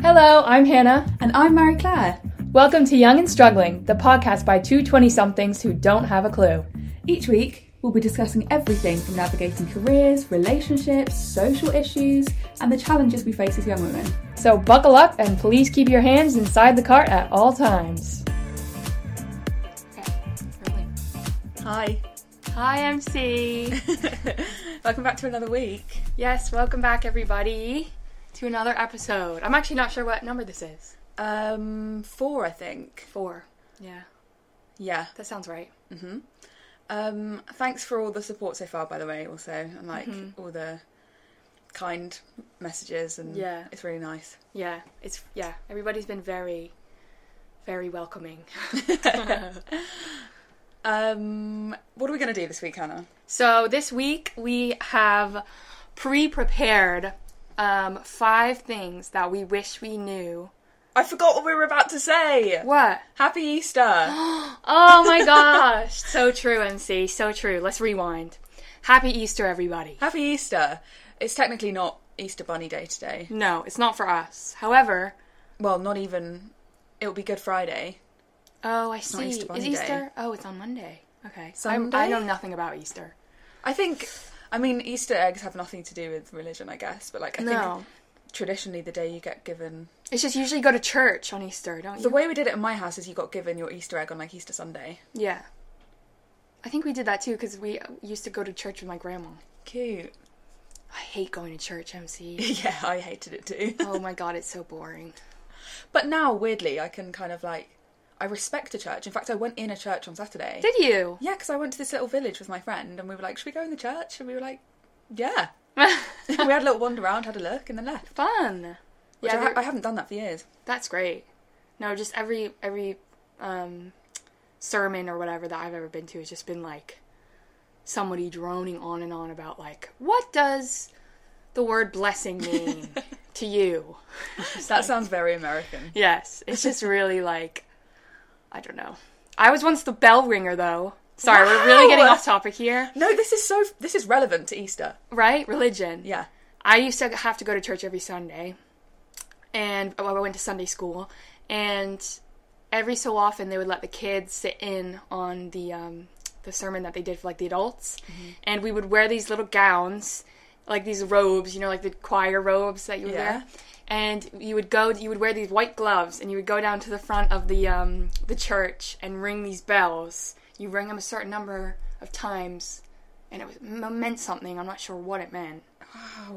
Hello, I'm Hannah. And I'm Mary Claire. Welcome to Young and Struggling, the podcast by two 20 somethings who don't have a clue. Each week, we'll be discussing everything from navigating careers, relationships, social issues, and the challenges we face as young women. So buckle up and please keep your hands inside the cart at all times. Hi. Hi, MC. Welcome back to another week. yes, welcome back, everybody, to another episode. I'm actually not sure what number this is. Um, four, I think. Four. Yeah, Yeah. that sounds right. Mhm. Um, thanks for all the support so far, by the way. Also, and like all the kind messages and Yeah. it's really nice. Yeah, it's, yeah, everybody's been very, very welcoming. Um, what are we gonna do this week, Hannah? So this week we have pre-prepared um, five things that we wish we knew. I forgot what we were about to say. What? Happy Easter. Oh my gosh! so true, MC. So true. Let's rewind. Happy Easter, everybody. Happy Easter. It's technically not Easter Bunny Day today. No, it's not for us. However, Well, not even. It'll be Good Friday. oh, I see. not Easter Is Bunny Day. Easter? Oh, it's on Monday. Okay. Sunday? I, I know nothing about Easter. I think. I mean, Easter eggs have nothing to do with religion, I guess. But like, I think No, traditionally the day you get given it's just usually go to church on Easter, don't you? the way we did it in my house is you got given your easter egg on like easter sunday yeah. I think we did that too because we used to go to church with my grandma. cute I hate going to church, MC. yeah i hated it too oh my god, it's so boring. but now weirdly i can kind of like i respect a church in fact i went in a church on saturday Did you? yeah because i went to this little village with my friend and we were like should we go in the church and we were like yeah we had a little wander around had a look and then left Fun. yeah, which I, ha- there- I haven't done that for years that's great. No, just every every um, sermon or whatever that I've ever been to has just been like somebody droning on and on about like what does the word blessing mean to you? that sounds very american Yes, it's just really like I don't know. I was once the bell ringer though. Sorry, we're really getting Wow. off topic here, no this is so this is relevant to easter right? Religion. yeah I used to have to go to church every Sunday, and well, I went to Sunday school, and every so often they would let the kids sit in on the um, the sermon that they did for like the adults, and we would wear these little gowns, like these robes, you know, like the choir robes that you would Yeah. wear. And you would go, you would wear these white gloves, and you would go down to the front of the um, the church and ring these bells. You ring them a certain number of times, and it was, meant something. I'm not sure what it meant.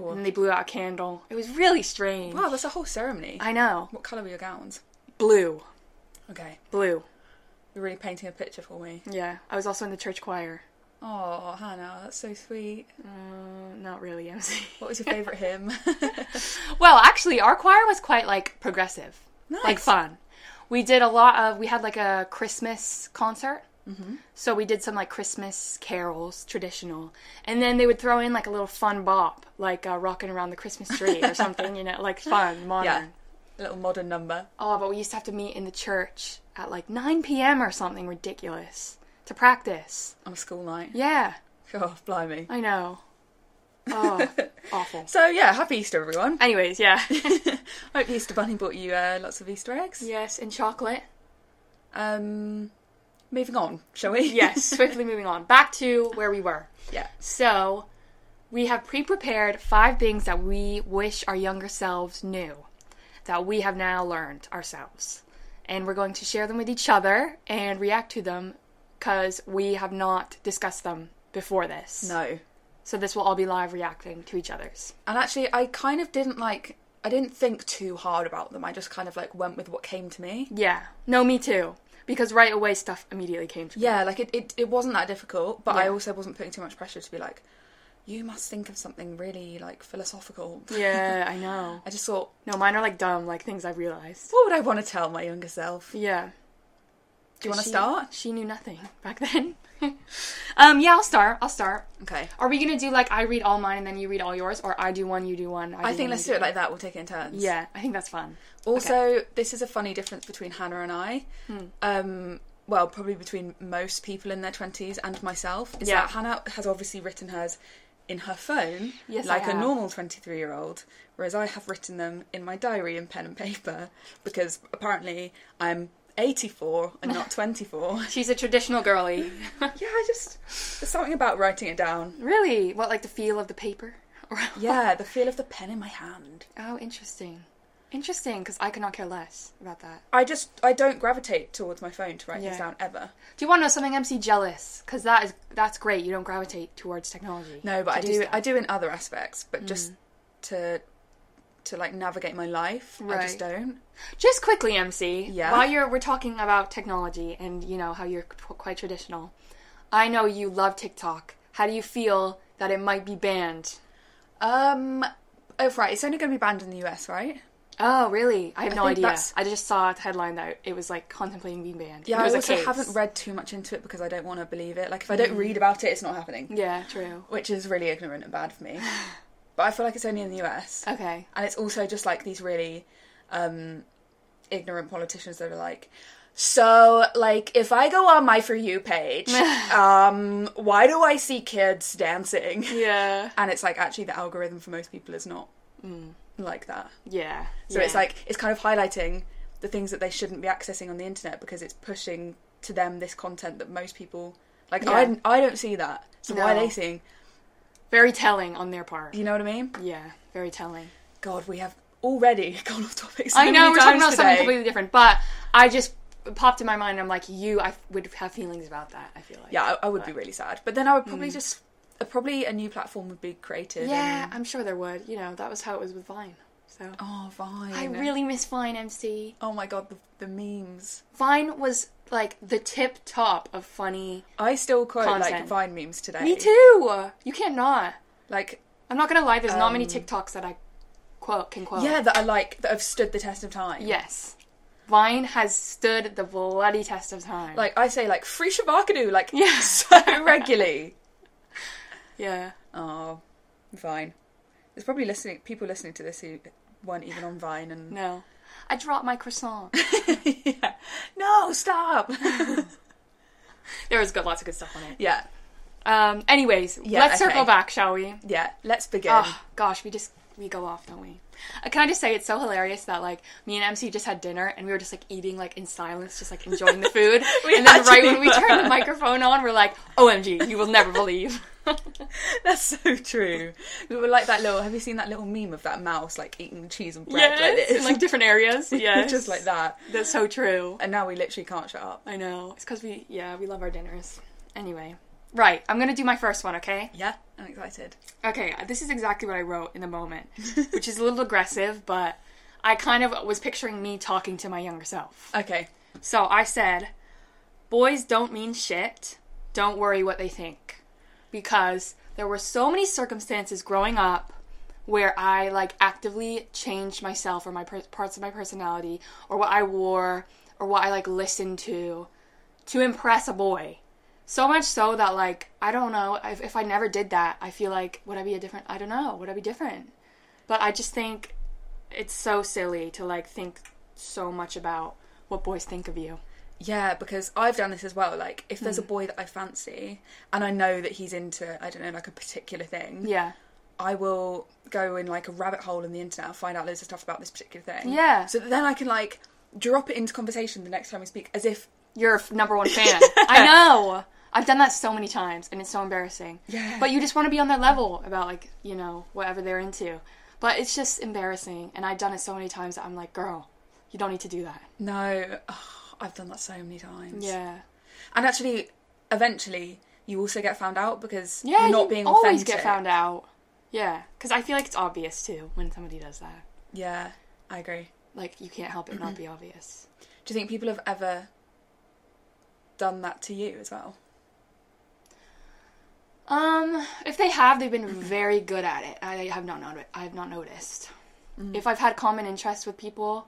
And they blew out a candle. It was really strange. wow that's a whole ceremony I know. what color were your gowns Blue. okay Blue. you're really painting a picture for me Yeah. I was also in the church choir. Oh, Hannah, that's so sweet. Uh, not really, MC. What was your favourite hymn? well, actually, our choir was quite, like, progressive. Like, Nice. fun. We did a lot of, we had, like, a Christmas concert. So we did some, like, Christmas carols, traditional. And then they would throw in, like, a little fun bop, like uh, Rocking Around the Christmas Tree or something, you know, like, fun, modern. yeah, a little modern number. Oh, but we used to have to meet in the church at like 9 p.m. or something ridiculous to practice. On a school night. Yeah, Oh, blimey. I know. Oh, awful. So, yeah, happy Easter, everyone. Anyways, yeah. I hope the Easter Bunny bought you uh, lots of Easter eggs. yes, and chocolate. Um, moving on, shall we? Yes, swiftly moving on. Back to where we were. yeah. So, we have pre prepared five things that we wish our younger selves knew that we have now learned ourselves. And we're going to share them with each other and react to them because we have not discussed them before this. No. So this will all be live reacting to each other's. And actually, I kind of didn't like. I didn't think too hard about them. I just kind of like went with what came to me. Yeah. No, me too. Because right away stuff immediately came to me. Yeah, like it, it, it wasn't that difficult, but I Yeah. also wasn't putting too much pressure to be like, you must think of something really like philosophical. Yeah, I know. I just thought, No, mine are like dumb, like things I've realized. What would I want to tell my younger self? Yeah. Do you want to She- start? She knew nothing back then. um, yeah, I'll start. I'll start. Okay. Are we gonna do like I read all mine and then you read all yours, or I do one, you do one? I do think one, let's you do it like that. We'll take it in turns. Yeah, I think that's fun. Mm-hmm. Also, this is a funny difference between Hannah and I. Um, well, probably between most people in their 20s and myself, is Yeah. that Hannah has obviously written hers in her phone Yes, I like a have. normal 23 year old, whereas I have written them in my diary in pen and paper because apparently I'm 84 and not 24. She's a traditional girly. yeah, I just. There's something about writing it down. really? What, like the feel of the paper? Yeah, the feel of the pen in my hand. oh, interesting. Interesting, because I could not care less about that. I just. I don't gravitate towards my phone to write Yeah. things down ever. Do you want to know something? MC jealous, because that is that's great. You don't gravitate towards technology. No, but to I do. Hmm. stuff. I do in other aspects, but just to to like navigate my life, I just Right. don't. Just quickly, MC. Yeah? While you're we're talking about technology and you know how you're qu- quite traditional, I know you love TikTok. How do you feel that it might be banned? Um. Oh, right. It's only going to be banned in the US, right? Oh, really? I have no think idea. that's- I just saw the headline that it was like contemplating being banned. Yeah, It I was a also case. haven't read too much into it because I don't want to believe it. Like, if I don't read about it, it's not happening, Yeah, true. which is really ignorant and bad for me. but I feel like it's only in the US, Okay. and it's also just like these really um, ignorant politicians that are like. So, like, if I go on my For You page, um, why do I see kids dancing? Yeah. and it's like actually the algorithm for most people is not like that Mm. Yeah. so it's like it's kind of highlighting the things that they shouldn't be accessing on the internet because it's pushing to them this content that most people like Yeah. I, I don't see that so why are No. they seeing very telling on their part. you know what i mean Yeah, very telling. god we have already gone off topic so I know many we're talking about times something today. completely different, but I just it popped in my mind. I'm like, you, I f- would have feelings about that. I feel like. yeah I, I would be really sad but then i would probably just uh, probably a new platform would be created Mm. Yeah, and- I'm sure there would. You know, that was how it was with Vine. So oh fine I really miss Vine MC. oh my god the, the memes Vine was like the tip top of funny. i still quote like Content. vine memes today Me too. Um, You can't not. like I'm not gonna lie. There's not many TikToks that I quote can quote. Yeah, that I like that have stood the test of time. Yes. Vine has stood the bloody test of time. Like I say like free shabakadoo, like Yeah. so regularly. yeah. Oh, Vine. There's probably listening people listening to this who weren't even on Vine and No. I dropped my croissant. yeah. No, stop. there was good, lots of good stuff on it. yeah. Um. Anyways, Yeah, let's okay. circle back, shall we? Yeah. Let's begin. Oh gosh, we just we go off, don't we? Uh, can I just say it's so hilarious that like me and MC just had dinner and we were just like eating like in silence, just like enjoying the food. We and then right actually when we turned were. the microphone on, we're like, "OMG, you will never believe." That's so true. We were like that little have you seen that little meme of that mouse like eating cheese and bread like yes, this? in like different areas. Yes, just like that. That's so true. And now we literally can't shut up. I know. It's because we yeah we love our dinners. Anyway, right. I'm gonna do my first one. Okay. Yeah, I'm excited. Okay, this is exactly what I wrote in the moment, which is a little aggressive, but I kind of was picturing me talking to my younger self. Okay. So I said, boys don't mean shit. Don't worry what they think. Because there were so many circumstances growing up where I like actively changed myself or my per- parts of my personality or what I wore or what I like listened to to impress a boy. So much so that like I don't know if, if I never did that, I feel like would I be a different? I don't know. Would I be different? But I just think it's so silly to like think so much about what boys think of you. Yeah, because I've done this as well. Like, if there's a Hmm. boy that I fancy and I know that he's into, I don't know, like a particular thing, Yeah. I will go in like a rabbit hole in the internet and find out loads of stuff about this particular thing. Yeah. So that then I can like drop it into conversation the next time we speak as if, You're a f- number one fan. I know. I've done that so many times and it's so embarrassing. Yeah. But you just want to be on their level about like, you know, whatever they're into. But it's just embarrassing and I've done it so many times that I'm like, girl, you don't need to do that. no, oh, I've done that so many times. Yeah. And actually, eventually, you also get found out because Yeah, you're not you being always authentic. get found out. Yeah, cuz I feel like it's obvious too when somebody does that. Yeah, I agree. Like you can't help it not be obvious. Do you think people have ever done that to you as well? Um, if they have, they've been very good at it. I have not noti- I have not noticed. If I've had common interests with people,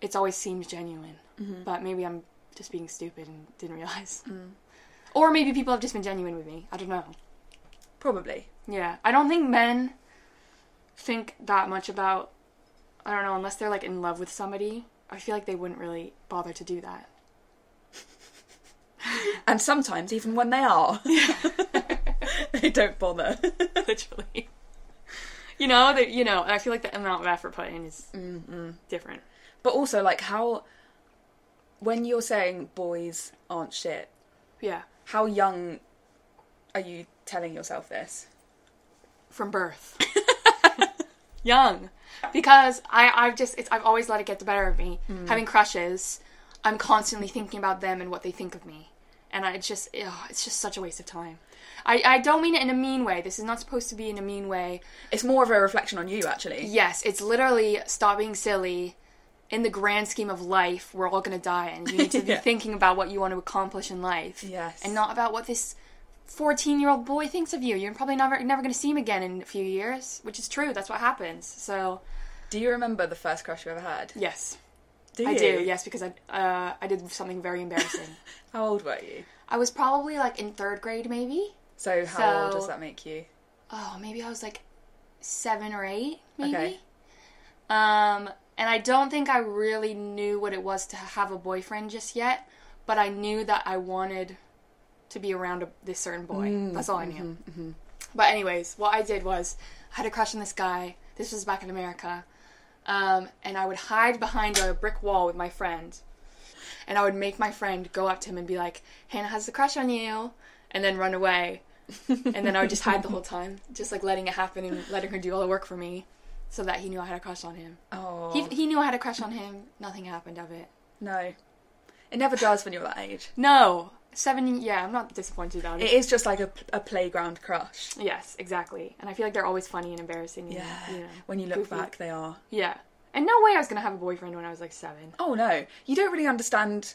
it's always seemed genuine. But maybe I'm just being stupid and didn't realize. Or maybe people have just been genuine with me. I don't know. Probably. Yeah, I don't think men think that much about. I don't know, unless they're like in love with somebody. I feel like they wouldn't really bother to do that. And sometimes, even when they are, they they don't bother. literally. You know, they, you know, I feel like the amount of effort put in is Mm-hmm. different. but also, like, how. When you're saying boys aren't shit, Yeah, how young are you telling yourself this? from birth, young, because I, I've just, it's, I've always let it get the better of me. Having crushes, I'm constantly thinking about them and what they think of me, and I it's just, ugh, it's just such a waste of time. I, I don't mean it in a mean way. This is not supposed to be in a mean way. It's more of a reflection on you, actually. Yes, it's literally stop being silly. In the grand scheme of life, we're all going to die, and you need to be Yeah. thinking about what you want to accomplish in life. Yes. And not about what this 14 year old boy thinks of you. You're probably never, never going to see him again in a few years, which is true. That's what happens. So, Do you remember the first crush you ever had? yes. Do I you? do, yes, because I, uh, I did something very embarrassing. How old were you? I was probably like in third grade, maybe. So how old So- does that make you? oh maybe i was like seven or eight maybe Okay. um and i don't think i really knew what it was to have a boyfriend just yet but i knew that i wanted to be around a, this certain boy that's all i knew but anyways what i did was i had a crush on this guy this was back in america um, and i would hide behind a brick wall with my friend and i would make my friend go up to him and be like hannah has a crush on you and then run away and then I would just hide the whole time, just like letting it happen and letting her do all the work for me, so that he knew I had a crush on him. Oh He, he knew I had a crush on him. Nothing happened of it. no, it never does when you're that age. No, seven. Yeah, I'm not disappointed about it. It is just like a, a playground crush. yes, exactly. And I feel like they're always funny and embarrassing. And, Yeah. You know, When you look goofy. back, they are. Yeah. And no way I was gonna have a boyfriend when I was like seven. Oh no, you don't really understand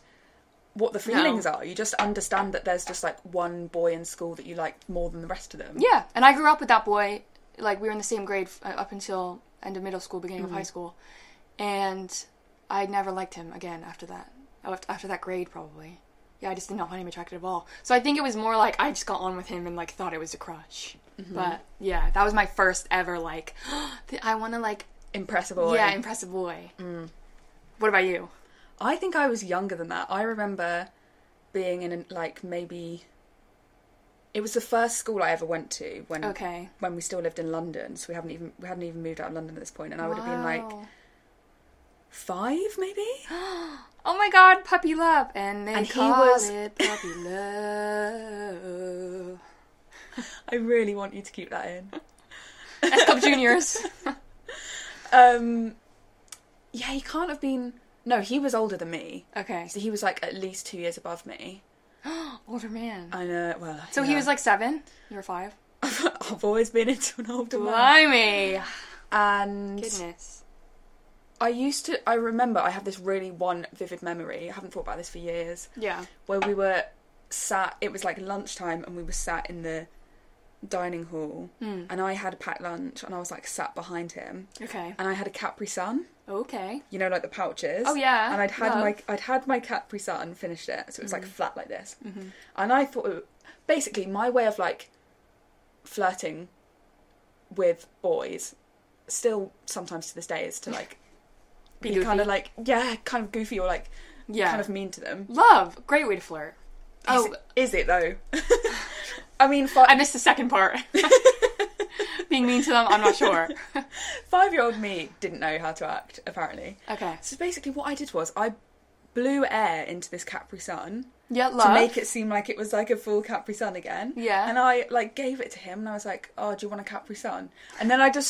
what the feelings are. You just understand that there's just like one boy in school that you like more than the rest of them. Yeah. And I grew up with that boy. Like we were in the same grade uh, up until end of middle school, beginning of Mm-hmm. high school, and I never liked him again after that. Af- After that grade, probably. Yeah, I just did not find him attractive at all. So I think it was more like I just got on with him and like thought it was a crush. Mm-hmm. But yeah, that was my first ever like. th- I want to like Impressible. yeah impress a boy. Mm. What about you? I think I was younger than that. I remember being in like maybe it was the first school I ever went to when Okay. when we still lived in London, so we haven't even we hadn't even moved out of London at this point, and I would have been like Wow. five maybe. Oh my god, puppy love. And they And he call was- it puppy love. I really want you to keep that in. S Club Juniors. Um, yeah, he can't have been. No, he was older than me. Okay. So he was like at least two years above me. Older man. I know. Well, So he was like seven. You were five. I've always been into an older man. Blimey. And Goodness. I used to. I remember. I have this really one vivid memory. I haven't thought about this for years. Yeah. where we were sat it was like lunchtime and we were sat in the dining hall and I had a packed lunch and I was like sat behind him Okay. and I had a Capri Sun, Okay. you know, like the pouches. Oh, yeah. And I'd had Love. Mm-hmm. my I'd had my Capri Sun, finished it, so it was like flat like this. And I thought it- basically my way of like flirting with boys still sometimes to this day is to like Be be goofy. kind of like yeah, kind of goofy or like Yeah. kind of mean to them. Love. Great way to flirt. Is Oh, it- is it though? I mean, fi- I missed the second part. Being mean to them, I'm not sure. five-year-old me didn't know how to act. Apparently, Okay. so basically, what I did was I blew air into this Capri Sun Yeah, to love. make it seem like it was like a full Capri Sun again. Yeah. and I like gave it to him, and I was like, "Oh, do you want a Capri Sun?" And then I just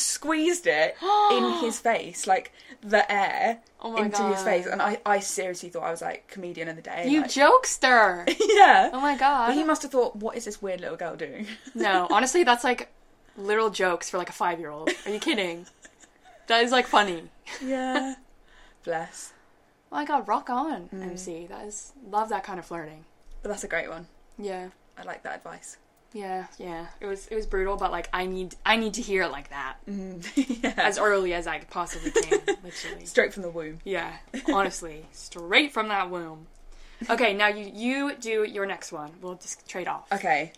squeezed it in his face, like the air Oh my into his God. face, and I, I seriously thought I was like comedian of the day. you like- jokester. yeah. Oh my But he god. must have thought, "What is this weird little girl doing?" No, honestly, that's like literal jokes for like a five year old. Are you kidding? That is like funny. yeah. Bless. Oh my god, rock on, MC. That is love that kind of flirting. But that's a great one. Yeah. I like that advice. Yeah, yeah. It was it was brutal, but like I need I need to hear it like that Mm-hmm. yeah. as early as I possibly can, literally. Straight from the womb. Yeah, honestly, straight from that womb. Okay, now you you do your next one. We'll just trade off. Okay.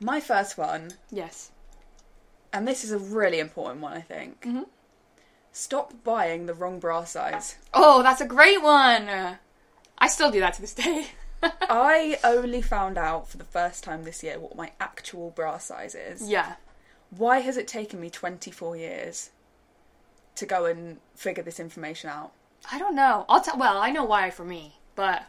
My first one, Yes. and this is a really important one, I think. Mm-hmm. Stop buying the wrong bra size. Oh, that's a great one. I still do that to this day. I only found out for the first time this year what my actual bra size is. yeah. Why has it taken me 24 years to go and figure this information out? I don't know. I'll tell. Well, I know why for me, but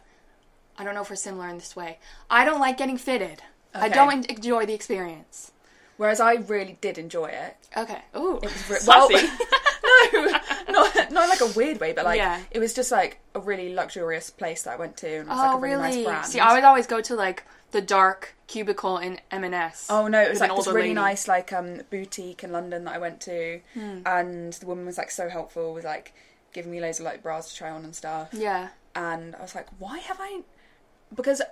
I don't know if we're similar in this way. I don't like getting fitted. I Okay. don't en- enjoy the experience. Whereas I really did enjoy it. Okay. Ooh. Re- Saucy. no, not, not like a weird way, but like Yeah. it was just like a really luxurious place that I went to, and it was like a really, nice brand. Oh, See, I would always go to like the dark cubicle in M&S. Oh no, it was with an like this older really lady. nice like um boutique in London that I went to Hmm. and the woman was like so helpful with like giving me loads of like bras to try on and stuff. Yeah. And I was like, why have I because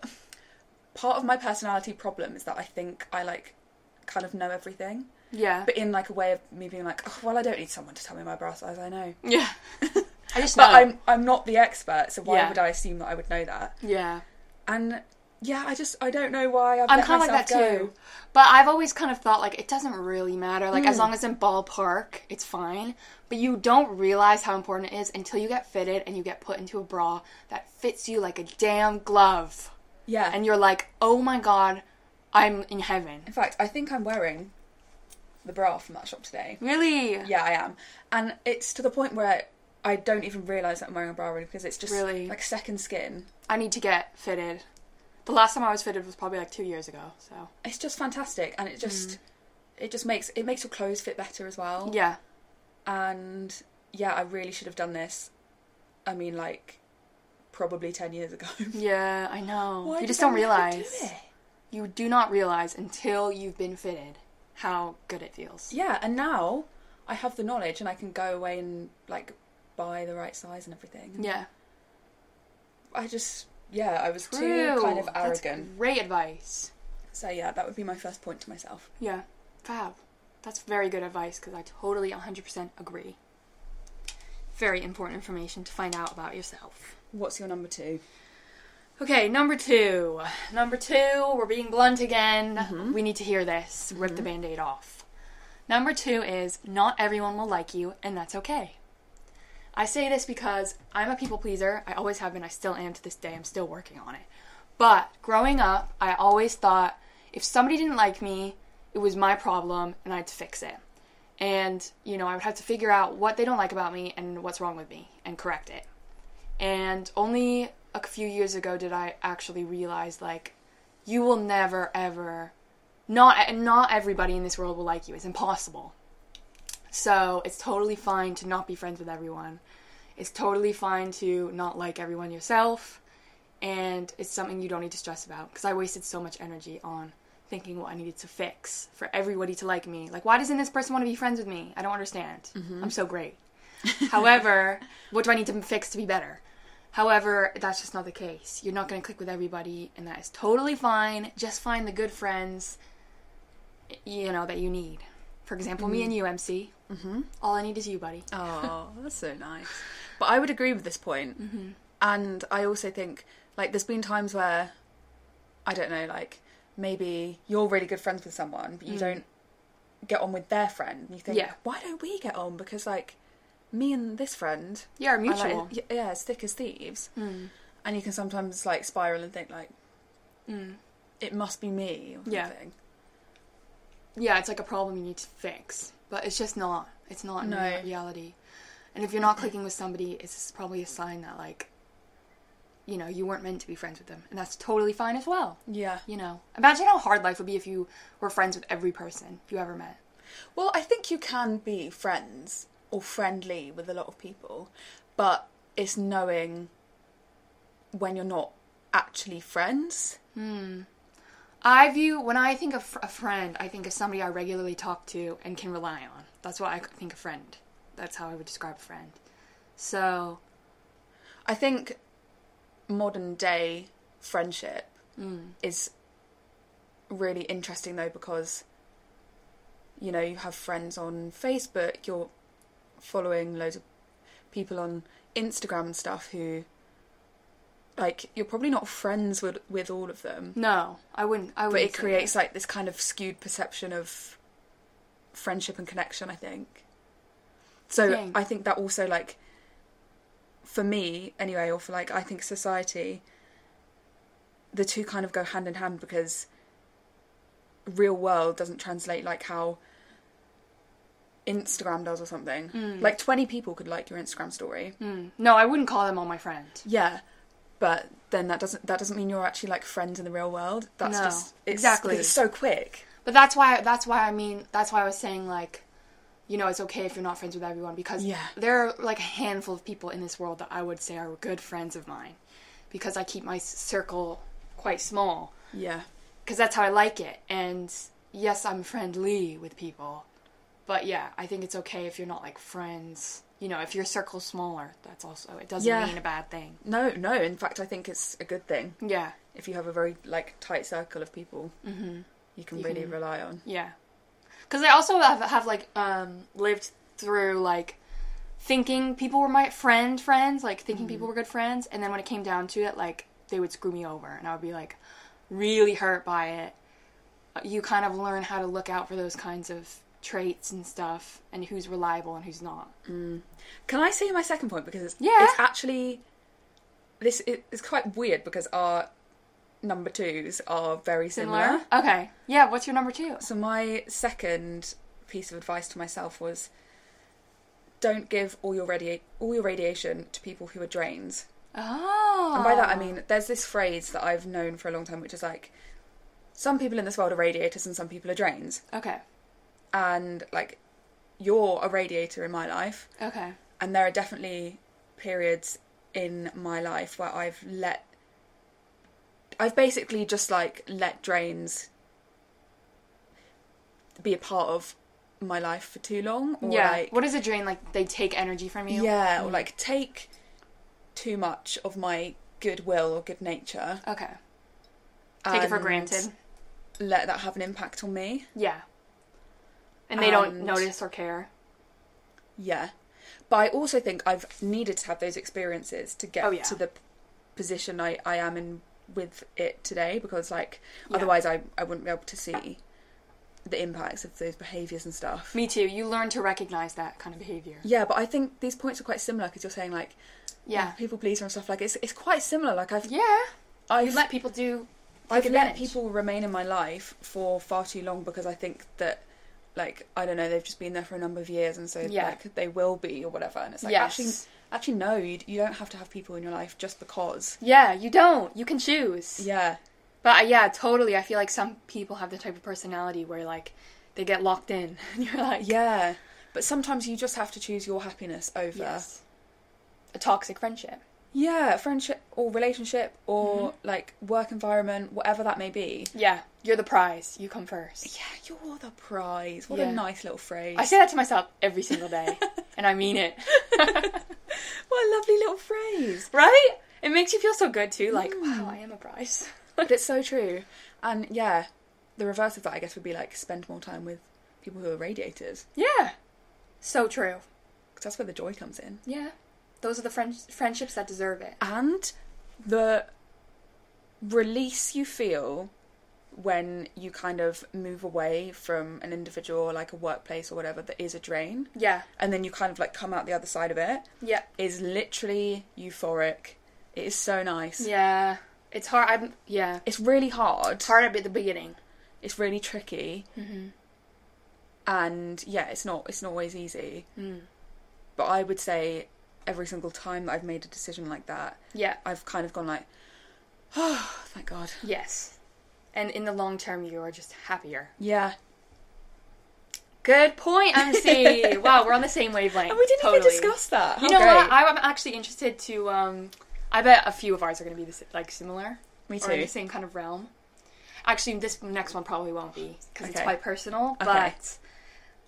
part of my personality problem is that I think I like kind of know everything. Yeah. But in like a way of me being like, oh, well I don't need someone to tell me my bra size, I know. yeah. I just know. But I'm I'm not the expert, so why Yeah. would I assume that I would know that? yeah. And yeah, I just I don't know why I've I'm let kind of like that myself go. too. But I've always kind of thought like it doesn't really matter. Like as Mm. long as in ballpark, it's fine. But you don't realize how important it is until you get fitted and you get put into a bra that fits you like a damn glove. Yeah. And you're like, "Oh my god, I'm in heaven." In fact, I think I'm wearing the bra from that shop today. Really? Yeah, I am. And it's to the point where I don't even realise that I'm wearing a bra really because it's just Really? like second skin. I need to get fitted. The last time I was fitted was probably like 2 years ago, so. It's just fantastic Hmm. and it just it just makes it makes your clothes fit better as well. Yeah. And yeah, I really should have done this. I mean like probably 10 years ago. Yeah, I know. Why you did just I don't never do realize. it? You do not realize until you've been fitted how good it feels. Yeah, and now I have the knowledge and I can go away and like buy the right size and everything. Yeah. I just yeah, I was too kind True. of That's arrogant. great advice. So yeah, that would be my first point to myself. Yeah. Fab. That's very good advice because I totally 100% agree. Very important information to find out about yourself. What's your number two? Okay, number two. Number two, we're being blunt again. We need to hear this. Rip the band aid off. Number two is not everyone will like you, and that's okay. I say this because I'm a people pleaser. I always have been. I still am to this day. I'm still working on it. But growing up, I always thought if somebody didn't like me, it was my problem and I had to fix it. And, you know, I would have to figure out what they don't like about me and what's wrong with me and correct it and only a few years ago did I actually realize like you will never ever not and not everybody in this world will like you. It's impossible. So, it's totally fine to not be friends with everyone. It's totally fine to not like everyone yourself and it's something you don't need to stress about because I wasted so much energy on thinking what I needed to fix for everybody to like me. Like why doesn't this person want to be friends with me? I don't understand. I'm so great. However, what do I need to fix to be better? However, that's just not the case. You're not going to click with everybody, and that is totally fine. Just find the good friends, y- you know, that you need. For example, me and you, MC. Mm-hmm. All I need is you, buddy. Oh, that's so nice. But I would agree with this point. And I also think, like, there's been times where, I don't know, like, maybe you're really good friends with someone, but you don't get on with their friend. And you think, Yeah. why don't we get on? Because, like, me and this friend Yeah, are, like, mutual. Hmm. y- yeah, as thick as thieves. And you can sometimes, like, spiral and think, like, it must be me or Hmm. Yeah. something. yeah, it's like a problem you need to fix, but it's just not. It's not in No. rea- reality. And if you're not clicking with somebody, it's probably a sign that, like, you know, you weren't meant to be friends with them, and that's totally fine as well. Yeah. You know, imagine how hard life would be if you were friends with every person you ever met. Well, I think you can be friends or friendly with a lot of people, but it's knowing when you're not actually friends. I view when I think of fr- a friend, I think of somebody I regularly talk to and can rely on. That's what I think a friend. That's how I would describe a friend. So I think modern day friendship is really interesting though because you know you have friends on Facebook, you're following loads of people on Instagram and stuff who like you're probably not friends with with all of them. no, I wouldn't. I would. but it creates like this kind of skewed perception of friendship and connection i think so Thanks. i think that also like for me anyway or for like i think society the two kind of go hand in hand because real world doesn't translate like how Instagram does or something. Like 20 people could like your Instagram story. Mm, No, I wouldn't call them all my friends. Yeah. But then that doesn't that doesn't mean you're actually like friends in the real world. That's No, just it's, exactly. exactly. It's so quick. But that's why that's why I mean that's why I was saying like you know, it's okay if you're not friends with everyone because Yeah. there are like a handful of people in this world that I would say are good friends of mine because I keep my s- circle quite small Yeah. because that's how I like it. And yes, I'm friendly with people, but yeah, I think it's okay if you're not like friends. You know, if your circle's smaller, that's also it doesn't Yeah. mean a bad thing. No, no. In fact, I think it's a good thing Yeah, if you have a very like tight circle of people you can really rely on. yeah. Because I also have, have like um lived through like thinking people were my friend friends, like thinking people were good friends, and then when it came down to it, like they would screw me over, and I would be like really hurt by it. Uh, You kind of learn how to look out for those kinds of traits and stuff, and who's reliable and who's not. Can I say my second point because it's, Yeah. it's actually this it, it's quite weird because our number twos are very similar. Similar? Okay. Yeah, what's your number two? So my second piece of advice to myself was don't give all your radia- all your radiation to people who are drains. Oh. And by that I mean there's this phrase that I've known for a long time which is like some people in this world are radiators and some people are drains. Okay. And like you're a radiator in my life Okay. and there are definitely periods in my life where I've let I've basically just like let drains be a part of my life for too long or yeah. like what is a drain? Like, they take energy from you? Mm. yeah or like take too much of my goodwill or good nature Okay. Take it for and granted. let that have an impact on me Yeah. And they don't And- notice or care. Yeah. But I also think I've needed to have those experiences to get Oh, yeah. to the p- position I, I am in with it today because, like, otherwise I, I wouldn't be able to see the impacts of those behaviours and stuff. Me too. You learn to recognize that kind of behavior. Yeah, but I think these points are quite similar because you're saying, like, Yeah. people pleaser and stuff. Like, it's, it's quite similar. Like, I've, Yeah. You I've, let people do. I've take let advantage. people remain in my life for far too long because I think that. Like I don't know, they've just been there for a number of years, and so Yeah. like they will be or whatever. And it's like Yes. actually, Actually, no, you, you don't have to have people in your life just because. Yeah, you don't. You can choose. Yeah. But uh, yeah, totally. I feel like some people have the type of personality where, like, they get locked in. And you're like, Yeah. But sometimes you just have to choose your happiness over. yes. A toxic friendship. Yeah, friendship or relationship or like work environment, whatever that may be. Yeah. You're the prize. You come first. Yeah, you're the prize. What Yeah. a nice little phrase. I say that to myself every single day, and I mean it. what a lovely little phrase. right? It makes you feel so good too. Like, Mm. wow, I am a prize. but it's so true. And yeah, the reverse of that, I guess, would be like spend more time with people who are radiators. yeah, so true. 'Cause that's where the joy comes in. Yeah, those are the friends friendships that deserve it. and the release you feel when you kind of move away from an individual or like a workplace or whatever that is a drain Yeah, and then you kind of like come out the other side of it yeah, is literally euphoric it is so nice yeah. It's hard. I'm yeah. it's really hard It's hard at the beginning. it's really tricky and yeah it's not it's not always easy but i would say every single time that i've made a decision like that Yeah. i've kind of gone like oh thank god Yes. And in the long term, you are just happier. yeah Good point, MC. wow, we're on the same wavelength. And we didn't Totally. even discuss that. How You know great. what? I'm actually interested to. um I bet a few of ours are going to be the, s- like similar. Me or in too. the same kind of realm. Actually, this next one probably won't be because it's Okay. quite personal, but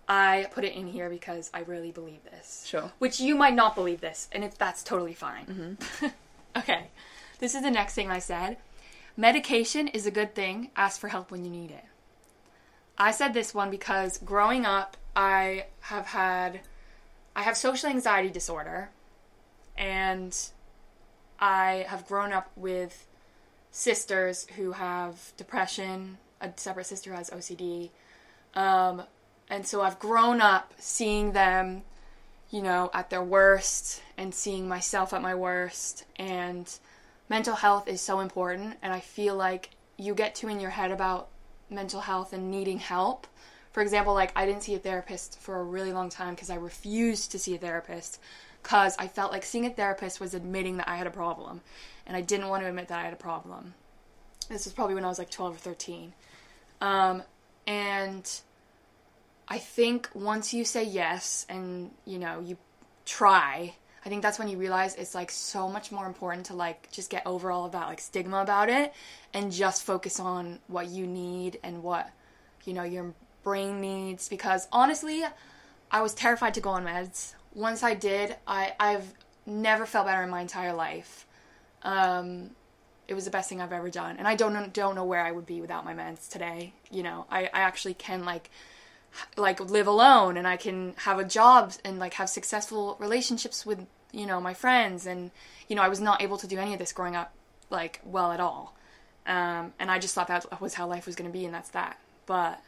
I put it in here because I really believe this. Sure. Which you might not believe this, and if that's totally fine. okay. This is the next thing I said. Medication is a good thing. Ask for help when you need it. I said this one because growing up, I have had I have social anxiety disorder and I have grown up with sisters who have depression. A separate sister who has OCD. Um, and so I've grown up seeing them, you know, at their worst and seeing myself at my worst. And mental health is so important, and I feel like you get too in your head about mental health and needing help. For example, like I didn't see a therapist for a really long time because I refused to see a therapist because I felt like seeing a therapist was admitting that I had a problem, and I didn't want to admit that I had a problem. This was probably when I was like 12 or 13. Um, and I think once you say yes and you know you try, I think that's when you realize it's like so much more important to like just get over all of that like stigma about it and just focus on what you need and what you know your brain needs because honestly, I was terrified to go on meds. Once I did, I I've never felt better in my entire life. Um, it was the best thing I've ever done, and I don't know, don't know where I would be without my meds today. You know, I I actually can like like live alone and I can have a job and like have successful relationships with you know my friends and you know I was not able to do any of this growing up like well at all um, and I just thought that was how life was going to be and that's that but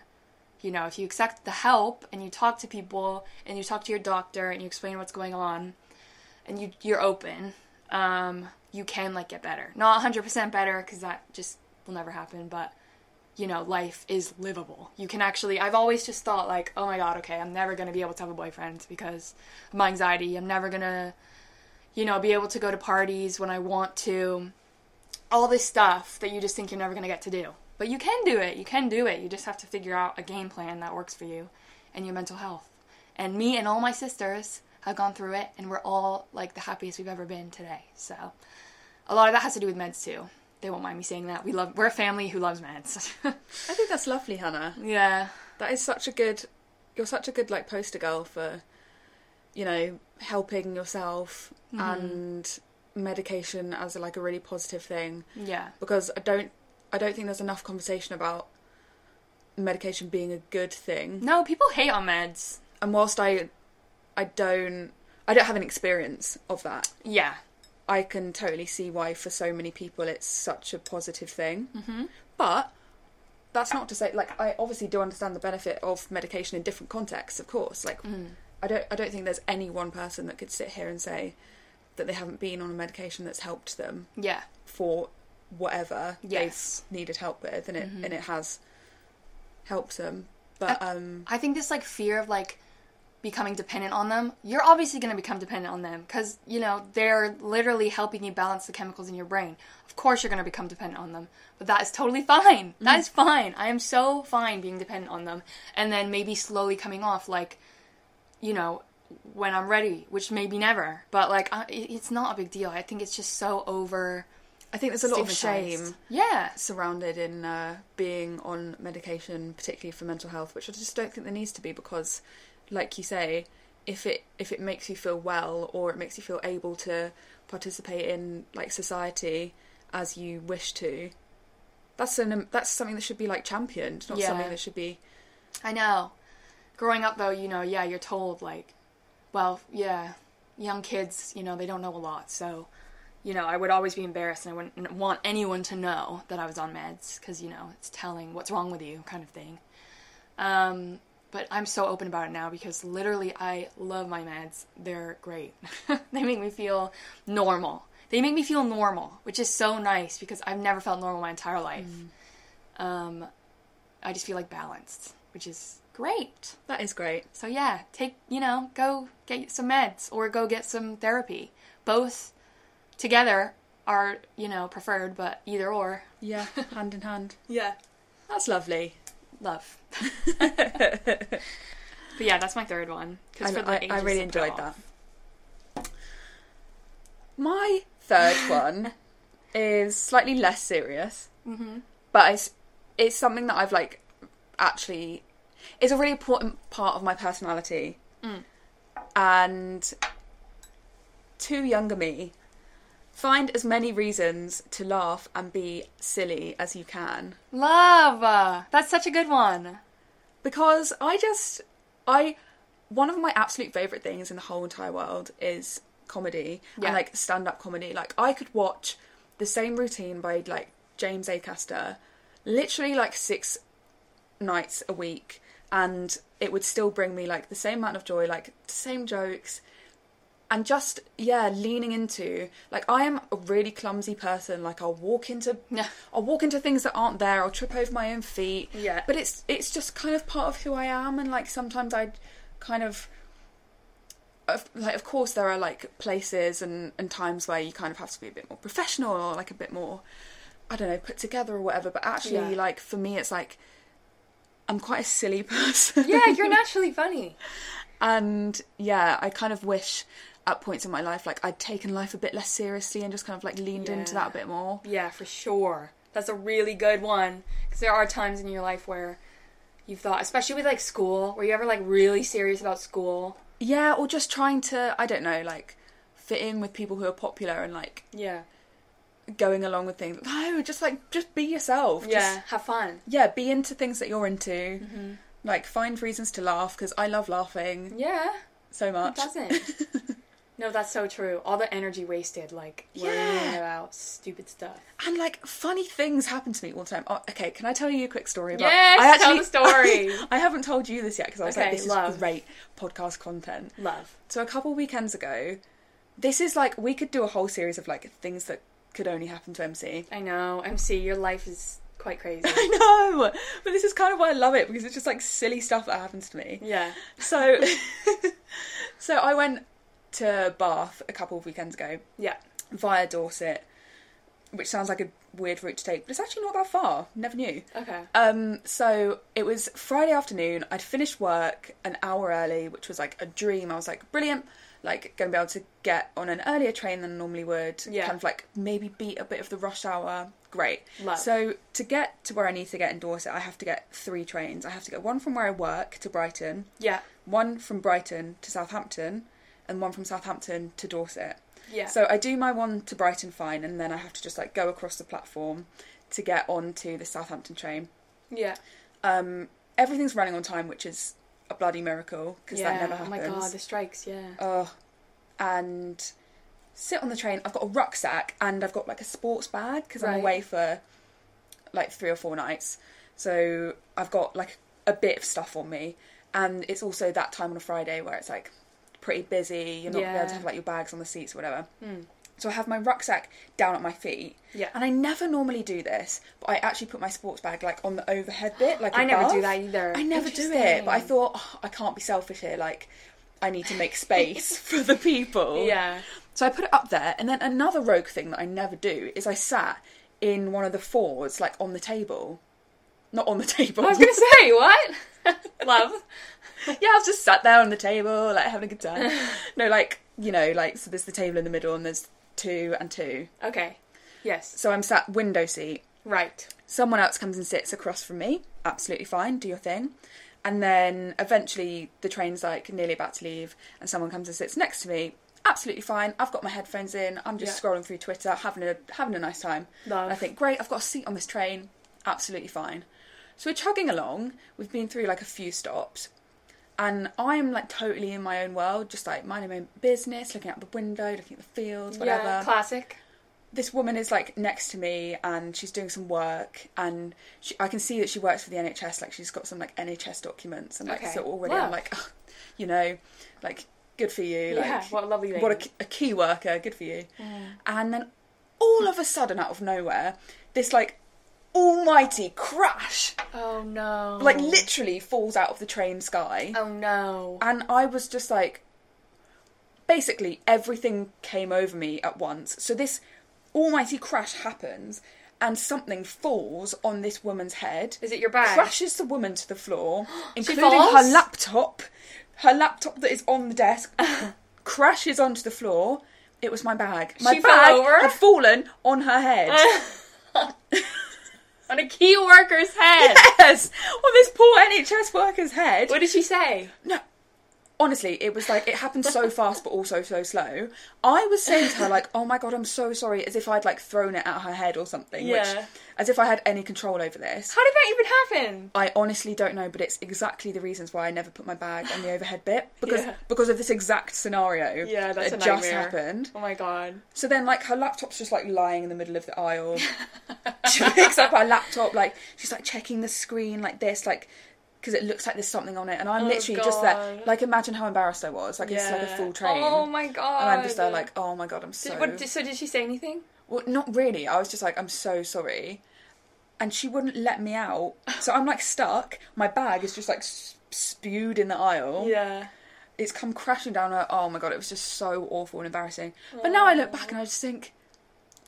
you know if you accept the help and you talk to people and you talk to your doctor and you explain what's going on and you you're open um, you can like get better not 100% better because that just will never happen but you know, life is livable. You can actually, I've always just thought, like, oh my god, okay, I'm never gonna be able to have a boyfriend because of my anxiety. I'm never gonna, you know, be able to go to parties when I want to. All this stuff that you just think you're never gonna get to do. But you can do it. You can do it. You just have to figure out a game plan that works for you and your mental health. And me and all my sisters have gone through it, and we're all like the happiest we've ever been today. So, a lot of that has to do with meds too. They won't mind me saying that. We love. We're a family who loves meds. I think that's lovely, Hannah. yeah. That is such a good. You're such a good like poster girl for, you know, helping yourself Mm-hmm. and medication as like a really positive thing Yeah. because I don't. I don't think there's enough conversation about medication being a good thing. No, people hate on meds. and whilst I, I don't, I don't have an experience of that. Yeah. I can totally see why for so many people it's such a positive thing. Mm-hmm. But that's not to say like I obviously do understand the benefit of medication in different contexts, of course. Like I don't, I don't think there's any one person that could sit here and say that they haven't been on a medication that's helped them Yeah. for whatever Yes. they've needed help with, and it and it has helped them. But um, I think this like fear of like becoming dependent on them. You're obviously going to become dependent on them cuz you know, they're literally helping you balance the chemicals in your brain. Of course you're going to become dependent on them, but that is totally fine. That is fine. I am so fine being dependent on them and then maybe slowly coming off like you know, when I'm ready, which maybe never. But like I, it- it's not a big deal. I think it's just so over I think there's a lot of shame Yeah. surrounded in uh, being on medication, particularly for mental health, which I just don't think there needs to be because, like you say, if it if it makes you feel well or it makes you feel able to participate in like society as you wish to, that's an that's something that should be like championed, not Yeah. something that should be I know. Growing up, though, you know, yeah, you're told, like, well, yeah, young kids, you know, they don't know a lot. So, you know, I would always be embarrassed and I wouldn't want anyone to know that I was on meds because, you know, it's telling what's wrong with you kind of thing. Um, but I'm so open about it now because literally I love my meds. They're great. they make me feel normal. They make me feel normal, which is so nice because I've never felt normal my entire life. Um, I just feel like balanced, which is great. that is great. So yeah, take you know, go get some meds or go get some therapy. Both together are you know preferred, but either or. Yeah, hand in hand. Yeah, That's lovely. love. but yeah, that's my third one. I, for the I- I ages really to put enjoyed off. that. My third one is slightly less serious, mm-hmm. but it's it's something that I've like actually it's a really important part of my personality, Mm. and to younger me, find as many reasons to laugh and be silly as you can Love. uh, That's such a good one. because I just I one of my absolute favorite things in the whole entire world is comedy Yeah. and like stand up comedy. Like I could watch the same routine by like James Acaster literally like six nights a week and it would still bring me like the same amount of joy, like the same jokes. and just yeah leaning into like i am a really clumsy person like i'll walk into Yeah. i'll walk into things that aren't there i'll trip over my own feet Yeah. but it's it's just kind of part of who i am and like sometimes i kind of of, like of course there are like places and and times where you kind of have to be a bit more professional or like a bit more i don't know put together or whatever but actually Yeah. like for me it's like i'm quite a silly person Yeah, you're naturally funny. and yeah, I kind of wish at points in my life, like I'd taken life a bit less seriously and just kind of like leaned into Yeah. that a bit more. Yeah, for sure. That's a really good one because there are times in your life where you've thought, especially with like school, were you ever like really serious about school? Yeah, or just trying to, I don't know, like fit in with people who are popular and like Yeah. going along with things. No, just like, just be yourself. Yeah. Mm-hmm. Just, have fun. yeah, be into things that you're into. Like, find reasons to laugh because I love laughing Yeah. so Who much. doesn't? no, that's so true. All the energy wasted, like worrying Yeah. about stupid stuff. And like funny things happen to me all the time. Oh, okay, can I tell you a quick story about? Yes, I tell the story. I haven't told you this yet because I was Okay, like, this love. is great podcast content. Love. So a couple weekends ago, this is like we could do a whole series of like things that could only happen to MC. I know, MC. Your life is quite crazy. I know, but this is kind of why I love it because it's just like silly stuff that happens to me. yeah. So, so I went to Bath a couple of weekends ago Yeah. via Dorset, which sounds like a weird route to take, but it's actually not that far. Never knew. Okay. Um, so it was Friday afternoon. I'd finished work an hour early, which was like a dream. I was like, brilliant, like going to be able to get on an earlier train than I normally would. Yeah. Kind of like maybe beat a bit of the rush hour. Great. Love. So to get to where I need to get in Dorset, I have to get three trains. I have to get one from where I work to Brighton, Yeah. one from Brighton to Southampton, and one from Southampton to Dorset. Yeah. So I do my one to Brighton fine, and then I have to just like go across the platform to get onto the Southampton train yeah. um, everything's running on time, which is a bloody miracle because yeah. that never oh happens. my god, the strikes. Yeah. Oh, and sit on the train. I've got a rucksack and I've got like a sports bag because Right. I'm away for like three or four nights. So I've got like a bit of stuff on me, and it's also that time on a Friday where it's like pretty busy. You're not gonna be able Yeah. Hmm. to have like your bags on the seats or whatever. So I have my rucksack down at my feet. Yeah. And I never normally do this, but I actually put my sports bag like on the overhead bit, like I never do above. that either. I never do it, Interesting. but I thought "Oh, I can't be selfish here. Like, I need to make space for the people. Yeah. So I put it up there, and then another rogue thing that I never do is I sat in one of the fours, like on the table, not on the table. I was gonna say what? Love. yeah, I've just sat there on the table, like having a good time. no, like you know, like so there's the table in the middle, and there's two and two. Okay. Yes. So I'm sat window seat. Right. someone else comes and sits across from me absolutely fine do your thing and then eventually the train's like nearly about to leave and someone comes and sits next to me absolutely fine i've got my headphones in i'm just Yeah. scrolling through twitter having a having a nice time Love. And i think great i've got a seat on this train absolutely fine so we're chugging along we've been through like a few stops and i'm like totally in my own world just like minding my own business looking out the window looking at the fields whatever Yeah. Classic. this woman is like next to me and she's doing some work and she, I can see that she works for the NHS like she's got some like NHS documents and like Okay. so already Wow. I'm like oh, you know like good for you Yeah, like what a lovely what a, lady. k- a key worker good for you and then all of a sudden out of nowhere this like almighty crash Oh no. like literally falls out of the train sky Oh no. and I was just like, basically everything came over me at once. So this almighty crash happens, and something falls on this woman's head. Is it your bag? Crashes the woman to the floor, including falls? her laptop. Her laptop that is on the desk crashes onto the floor. It was my bag. My She fell bag over? had fallen on her head. On a key worker's head. yes, on this poor NHS worker's head. What did she say? No. Honestly, it was like it happened so fast but also so slow. I was saying to her like, "Oh my god, I'm so sorry," as if I'd like thrown it at her head or something, Yeah. which as if I had any control over this. How did that even happen? I honestly don't know, but it's exactly the reasons why I never put my bag on the overhead bit because Yeah. because of this exact scenario that had just happened. Oh my god. So then, like, her laptop's just like lying in the middle of the aisle. she picks up her laptop, like, she's like checking the screen, like this, like, because it looks like there's something on it, and I'm Oh, literally just there. God. Like, imagine how embarrassed I was. Like, it's like a Yeah. full train, Oh my god. and I'm just there, like, oh my god, I'm so. Did, what, did, so did she say anything? Well, not really. I was just like, I'm so sorry. And she wouldn't let me out. So I'm like stuck. My bag is just like s- spewed in the aisle. Yeah. It's come crashing down. Like, oh my god, it was just so awful and embarrassing. But now I look back and I just think,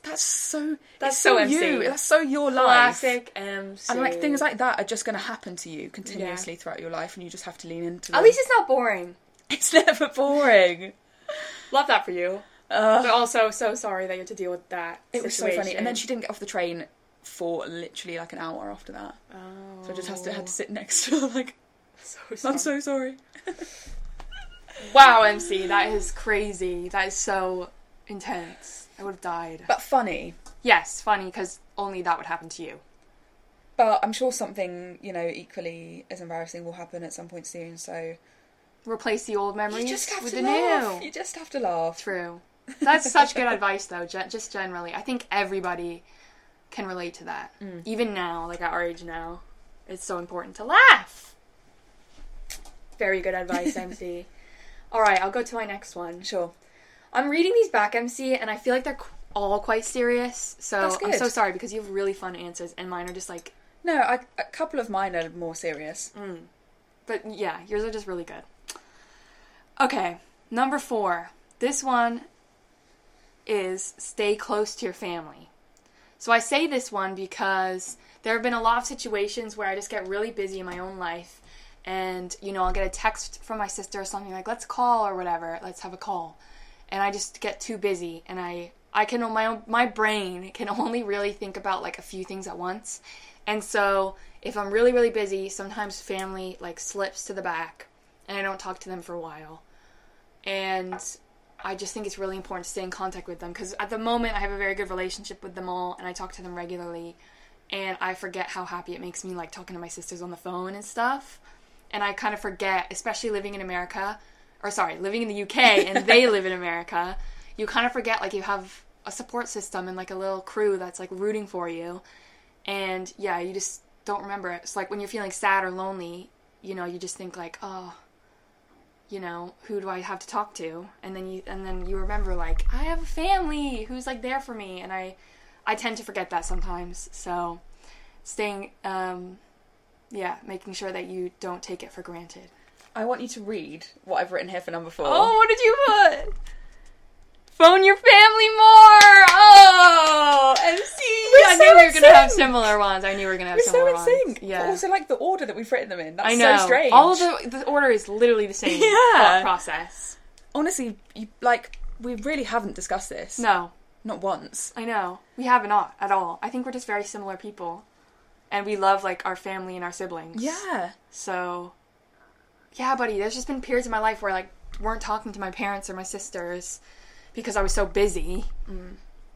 that's so. Oh. That's it's so you. MC. That's so your life. Classic MC. And like things like that are just going to happen to you continuously throughout your life, and you just have to lean into. At them. least it's not boring. it's never boring. Love that for you. Ugh. But also, so sorry that you had to deal with that. it was so funny. situation. And then she didn't get off the train for literally like an hour after that. Oh. So I just has to had to sit next to her, like, So I'm sorry. so sorry. Wow, MC, that is crazy. That is so intense. I would have died. But funny. yes, funny because only that would happen to you. But I'm sure something, you know, equally as embarrassing will happen at some point soon, so Replace the old memories you just have with to the laugh. new. You just have to laugh. True. That's such good advice, though. Ge- just generally, I think everybody can relate to that. Even now, like at our age now, it's so important to laugh. Very good advice, MC. All right, I'll go to my next one. Sure. I'm reading these back, MC, and I feel like they're qu- all quite serious. So That's I'm good. so sorry because you have really fun answers, and mine are just like, No, I, a couple of mine are more serious. but yeah, yours are just really good. Okay, number four. This one is stay close to your family. So I say this one because there have been a lot of situations where I just get really busy in my own life. And, you know, I'll get a text from my sister or something like, let's call or whatever, let's have a call. And I just get too busy and I. I can my own, my brain can only really think about like a few things at once, and so if I'm really really busy, sometimes family like slips to the back, and I don't talk to them for a while and I just think it's really important to stay in contact with them because at the moment I have a very good relationship with them all and I talk to them regularly and I forget how happy it makes me like talking to my sisters on the phone and stuff and I kind of forget especially living in America or sorry living in the UK and they live in America you kind of forget like you have a support system and like a little crew that's like rooting for you and yeah you just don't remember it it's like when you're feeling sad or lonely you know you just think like oh you know, who do I have to talk to? And then you and then you remember like I have a family who's like there for me and I I tend to forget that sometimes. So staying um yeah, making sure that you don't take it for granted. I want you to read what I've written here for number four. Oh, what did you put? Phone your family more. Oh, MC. We're I so knew we were in gonna have sync. similar ones. I knew we were gonna have We're so similar in sync. ones. Yeah. But Yeah. also, like, the order that we've written them in. That's I know. so strange. All of the the order is literally the same Yeah. thought process. Honestly, you, like, we really haven't discussed this. No, Not once. I know. We haven't a- at all. I think we're just very similar people. And we love like our family and our siblings. Yeah. So Yeah, buddy, there's just been periods in my life where I like weren't talking to my parents or my sisters because I was so busy.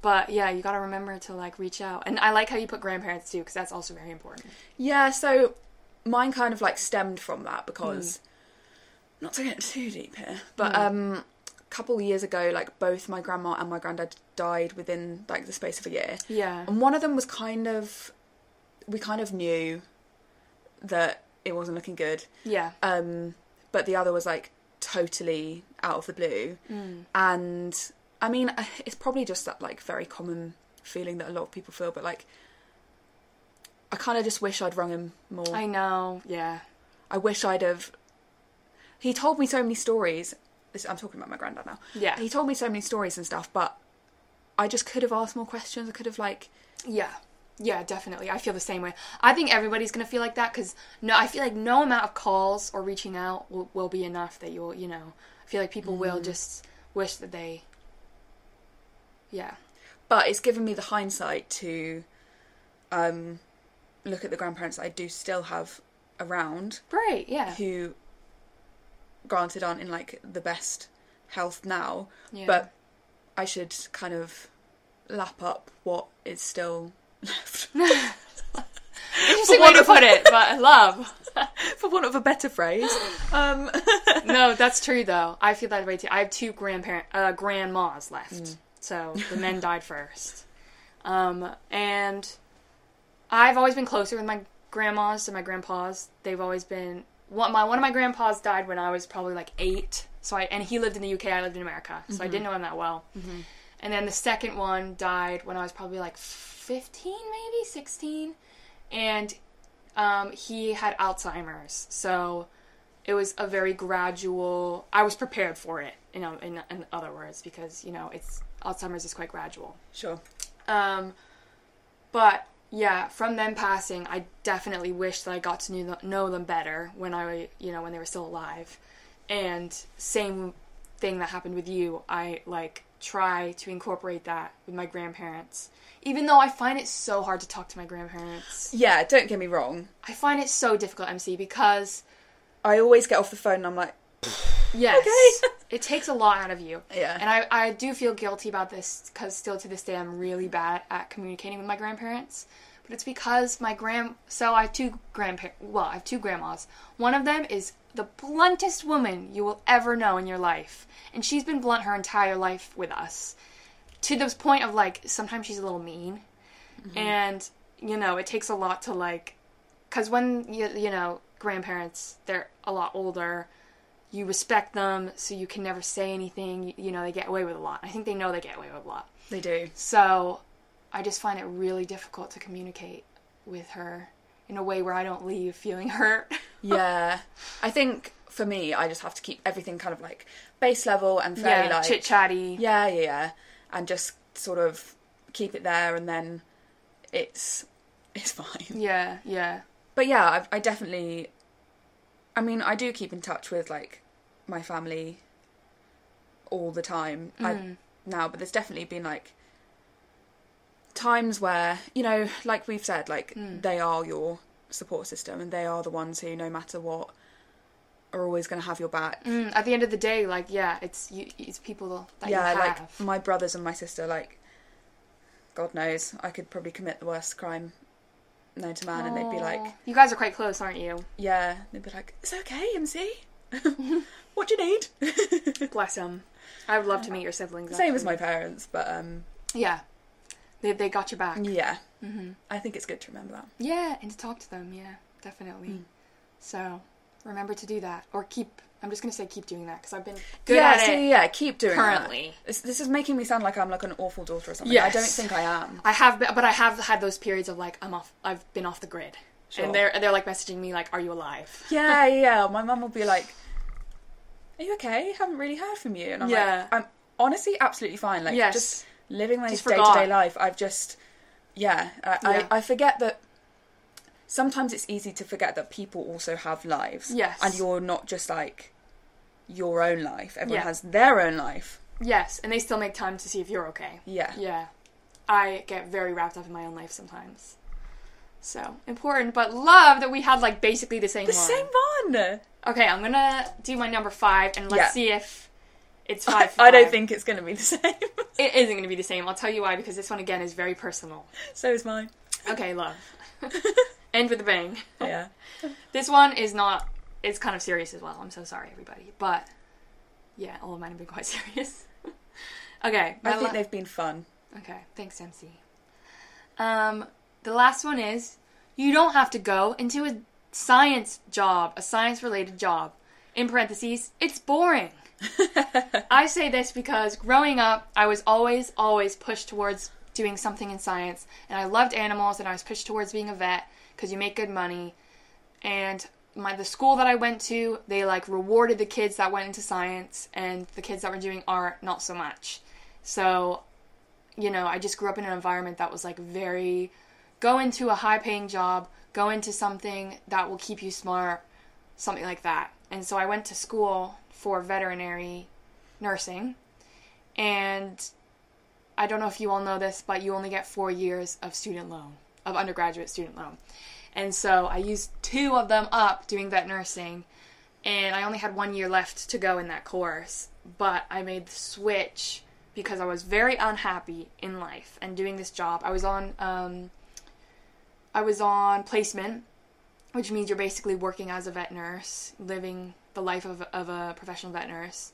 But yeah, you got to remember to like reach out. And I like how you put grandparents too because that's also very important. Yeah, so mine kind of like stemmed from that because not to get too deep here, but um a couple years ago, like both my grandma and my granddad died within like the space of a year. Yeah. And one of them was kind of we kind of knew that it wasn't looking good. Yeah. Um but the other was like totally out of the blue. Hmm. And I mean, it's probably just that like very common feeling that a lot of people feel, but like I kind of just wish I'd rung him more. I know. Yeah. I wish I'd have. He told me so many stories. This, I'm talking about my granddad now. Yeah. He told me so many stories and stuff, but I just could have asked more questions. I could have like, Yeah. Yeah, definitely. I feel the same way. I think everybody's going to feel like that cuz no I feel like no amount of calls or reaching out will, will be enough that you'll, you know. I feel like people will just wish that they Yeah. but it's given me the hindsight to, um, look at the grandparents that I do still have around, Great. Yeah. who, granted, aren't in like the best health now, Yeah. but I should kind of lap up what is still left. Interesting way to put it, but I love. for want of a better phrase. Um, No, that's true though. I feel that way too. I have two grandparent uh grandmas left. So the men died first. Um and I've always been closer with my grandmas and my grandpas, they've always been one my one of my grandpas died when I was probably like eight. So I and he lived in the UK, I lived in America, so I didn't know him that well. And then the second one died when I was probably like fifteen, maybe sixteen, and um, he had Alzheimer's. So it was a very gradual. I was prepared for it, you know, in in other words, because you know it's Alzheimer's is quite gradual. Sure. Um, but yeah, from them passing, I definitely wish that I got to knew them, know them better when I, you know, when they were still alive. And same thing that happened with you. I like try to incorporate that with my grandparents, even though I find it so hard to talk to my grandparents. Yeah, don't get me wrong. I find it so difficult, MC, because I always get off the phone and I'm like, Yes. it takes a lot out of you. Yeah. And I, I do feel guilty about this because still to this day I'm really bad at communicating with my grandparents. But it's because my grand. So I have two grandparents. Well, I have two grandmas. One of them is the bluntest woman you will ever know in your life. And she's been blunt her entire life with us. To the point of like, sometimes she's a little mean. And, you know, it takes a lot to like. Because when, you, you know, grandparents, they're a lot older you respect them, so you can never say anything. You, you know, they get away with a lot. I think they know they get away with a lot. they do. So I just find it really difficult to communicate with her in a way where I don't leave feeling hurt. Yeah. I think for me, I just have to keep everything kind of like base level and fairly like chit chatty. Yeah, yeah, yeah. And just sort of keep it there and then it's it's fine. Yeah, yeah. But yeah, I've, I definitely I mean, I do keep in touch with like my family all the time I, now, but there's definitely been like times where, you know, like we've said, like they are your support system and they are the ones who no matter what are always going to have your back. Mm, at the end of the day, like yeah, it's you, it's people that yeah, you have. like my brothers and my sister, like God knows, I could probably commit the worst crime known to man, and they'd be like, Aw. you guys are quite close, aren't you? yeah, they'd be like, it's okay, MC. what do you need? Bless them. I would love to meet your siblings. Same as actually. my parents, but um, Yeah, they they got your back. Mm-hmm. yeah, I think it's good to remember that. Yeah, and to talk to them. Yeah, definitely. Hmm. So remember to do that, or keep. I'm just gonna say keep doing that because I've been good yeah, at so it. yeah, keep doing currently. That. This, this is making me sound like I'm like an awful daughter or something. I Yes. don't think I am. I have, been, but I have had those periods of like I'm off. I've been off the grid, Sure. and they're they're like messaging me like, "Are you alive?" Yeah, yeah. My mum will be like, "Are you okay? Haven't really heard from you." And I'm Yeah. like, "I'm honestly absolutely fine. Like, Yes. just living my Just day to day forgot. life. I've just, yeah, I, Yeah. I, I forget that." Sometimes it's easy to forget that people also have lives. Yes. and you're not just like your own life. Everyone Yeah. has their own life. Yes, and they still make time to see if you're okay. Yeah. Yeah, I get very wrapped up in my own life sometimes. So important, but love that we had like basically the same. The one. same one. Okay, I'm gonna do my number five, and let's Yeah. see if it's five. for I don't five. think it's going to be the same. It isn't going to be the same. I'll tell you why because this one again is very personal. so is mine. Okay, love. End with a bang. Yeah. This one is not. It's kind of serious as well. I'm so sorry, everybody. But yeah, all of mine have been quite serious. okay, I my think la- they've been fun. okay. Thanks, MC. Um, the last one is you don't have to go into a science job, a science-related job. In parentheses, it's boring. I say this because growing up, I was always, always pushed towards doing something in science, and I loved animals, and I was pushed towards being a vet because you make good money. And my the school that I went to, they like rewarded the kids that went into science, and the kids that were doing art, not so much. So, you know, I just grew up in an environment that was like very go into a high paying job, go into something that will keep you smart, something like that. And so I went to school for veterinary nursing. And I don't know if you all know this, but you only get four years of student loan, of undergraduate student loan. And so I used two of them up doing vet nursing. And I only had one year left to go in that course. But I made the switch because I was very unhappy in life and doing this job. I was on, um, I was on placement which means you're basically working as a vet nurse, living the life of, of a professional vet nurse.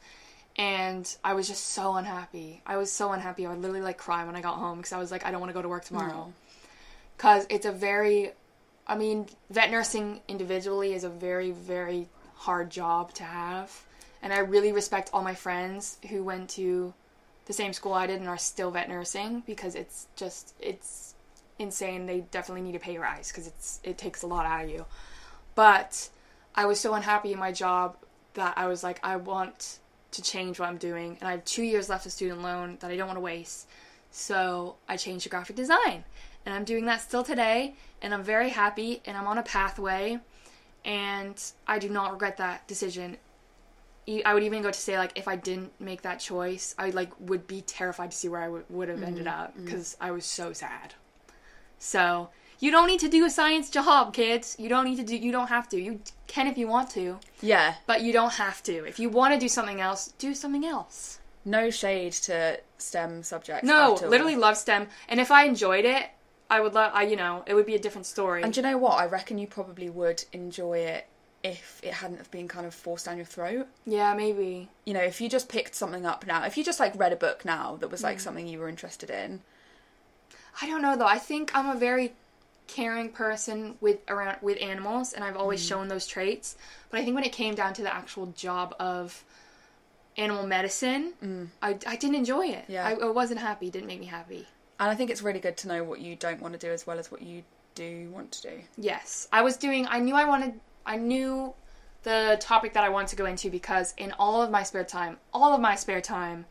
And I was just so unhappy. I was so unhappy. I would literally like cry when I got home because I was like, I don't want to go to work tomorrow. Because it's a very I mean, vet nursing individually is a very, very hard job to have. And I really respect all my friends who went to the same school I did and are still vet nursing because it's just, it's insane. They definitely need a pay rise because it's, it takes a lot out of you. But I was so unhappy in my job that I was like, I want to change what I'm doing. And I have two years left of student loan that I don't want to waste. So I changed to graphic design. And I'm doing that still today. And I'm very happy. And I'm on a pathway. And I do not regret that decision. E- I would even go to say, like, if I didn't make that choice, I, like, would be terrified to see where I would would have ended up. Because I was so sad. So you don't need to do a science job, kids. You don't need to do, you don't have to. You can if you want to. Yeah. But you don't have to. If you want to do something else, do something else. No shade to STEM subjects. No, at all. literally love STEM. And if I enjoyed it, I would love, I, you know, it would be a different story. And do you know what? I reckon you probably would enjoy it if it hadn't have been kind of forced down your throat. yeah, maybe. You know, if you just picked something up now, if you just like read a book now that was Mm. like something you were interested in. I don't know though. I think I'm a very caring person with around with animals and I've always shown those traits. But I think when it came down to the actual job of animal medicine, I, I didn't enjoy it. Yeah. I, I wasn't happy. It didn't make me happy. And I think it's really good to know what you don't want to do as well as what you do want to do. Yes, I was doing. I knew I wanted. I knew the topic that I wanted to go into because in all of my spare time, all of my spare time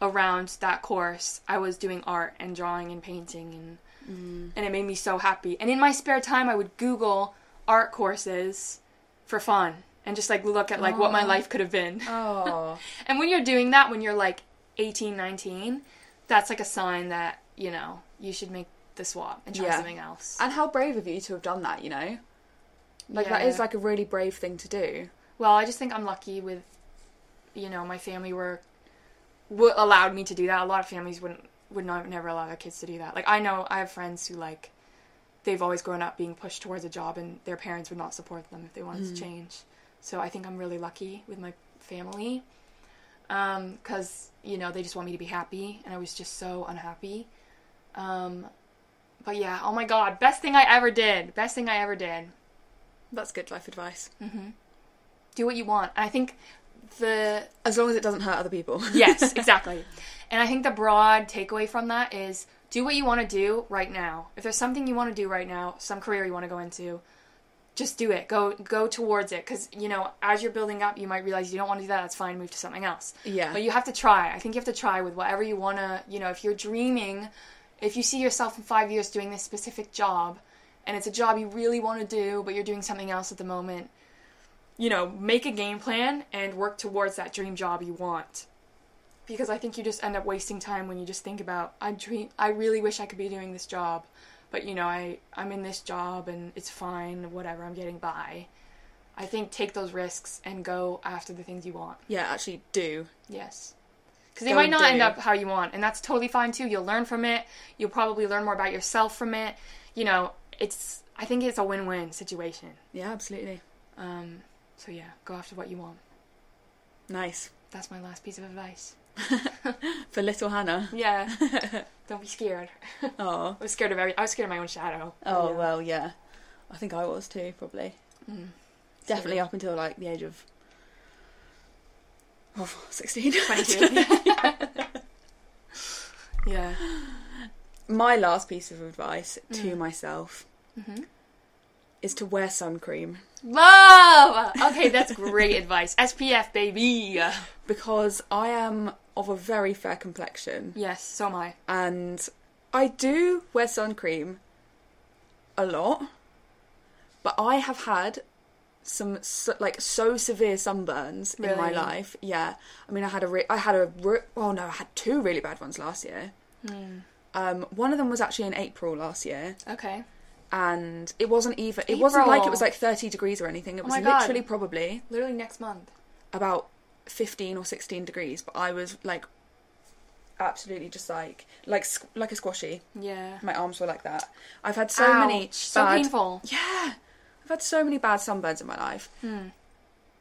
around that course, I was doing art and drawing and painting, and and it made me so happy. And in my spare time, I would Google art courses for fun and just like look at like what my life could have been. Oh. And when you're doing that, when you're like 18, 19, that's like a sign that you know you should make the swap and try Yeah. something else. and how brave of you to have done that, you know? Like, that Yeah. is like a really brave thing to do. Well, I just think I'm lucky with, you know, my family were, w- allowed me to do that. A lot of families wouldn't would not never allow their kids to do that. Like I know I have friends who like, they've always grown up being pushed towards a job, and their parents would not support them if they wanted to change. So I think I'm really lucky with my family, because you know they just want me to be happy, and I was just so unhappy. Um, but yeah, oh my god, best thing I ever did. Best thing I ever did That's good life advice. Mm. do what you want. And I think the As long as it doesn't hurt other people. yes, exactly. And I think the broad takeaway from that is do what you want to do right now. If there's something you want to do right now, some career you want to go into, just do it. Go go towards it cuz you know, as you're building up, you might realize you don't want to do that. That's fine, move to something else. Yeah. But you have to try. I think you have to try with whatever you want to, you know, if you're dreaming, if you see yourself in 5 years doing this specific job and it's a job you really want to do, but you're doing something else at the moment, you know, make a game plan and work towards that dream job you want. Because I think you just end up wasting time when you just think about I dream I really wish I could be doing this job, but you know, I I'm in this job and it's fine, whatever, I'm getting by. I think take those risks and go after the things you want. yeah, actually do. Yes. Because they Go might and not do. end up how you want, and that's totally fine too. You'll learn from it. You'll probably learn more about yourself from it. You know, it's I think it's a win-win situation. Yeah, absolutely. Um, so yeah, go after what you want. Nice. That's my last piece of advice. For little Hannah. Yeah. Don't be scared. I Oh. was scared of every. I was scared of my own shadow. Oh Yeah. Mm. well, yeah. I think I was too, probably. Definitely up until like the age of oh, 16. 22. yeah. My last piece of advice to myself Mm-hmm. is to wear sun cream Love. Okay, that's great advice. SPF, baby. because I am of a very fair complexion Yes, so am I. and I do wear sun cream a lot, but I have had some so, like so severe sunburns in my Really? life. Yeah, I mean, I had a re- I had a re- oh no, I had two really bad ones last year. Um, one of them was actually in April last year, Okay. and it wasn't even. It wasn't like it April. was Oh like thirty degrees or anything. It was my God. literally probably Literally next month. about 15 or 16 degrees, but I was like absolutely just like like squ- like a squashy. Yeah. My arms were like that. I've had so many Ouch, so bad- painful. Yeah, I've had so many bad sunburns in my life, Hmm.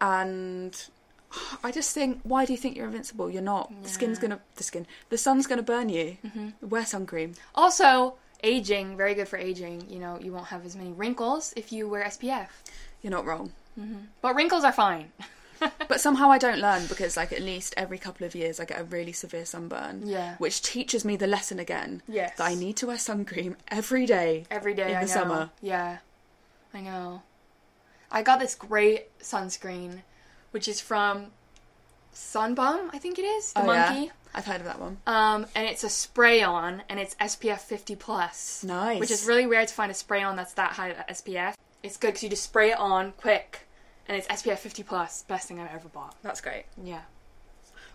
and I just think, why do you think you're Mm-hmm. invincible? You're not. The skin's gonna the skin. The sun's gonna burn you. Wear sun cream. Also, aging, very good for aging. You know, you won't have as many wrinkles if you wear SPF. You're not wrong. But wrinkles are fine. But somehow I don't learn because, like, at least every couple of years I get a really severe sunburn. Yeah. Which teaches me the lesson again. Yes. That I need to wear sun cream every day. Every day In I the know. summer. Yeah. I know. I got this great sunscreen, which is from Sunbum, I think it is. The Oh, yeah. monkey. I've heard of that one. Um, and it's a spray on, and it's SPF 50 plus. Nice. Which is really rare to find a spray on that's that high SPF. It's good because you just spray it on quick, and it's SPF 50 plus. Best thing I've ever bought. That's great. Yeah.